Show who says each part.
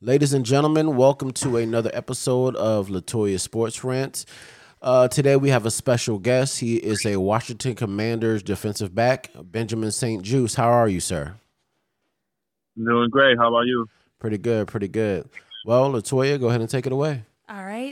Speaker 1: Ladies and gentlemen, welcome to another episode of Latoya Sports Rant. Uh, today we have a special guest. He is a Washington Commanders defensive back, Benjamin St. Juice. How are you, sir?
Speaker 2: I'm doing great. How about you?
Speaker 1: Pretty good, pretty good. Well, Latoya, go ahead and take it away.
Speaker 3: All right.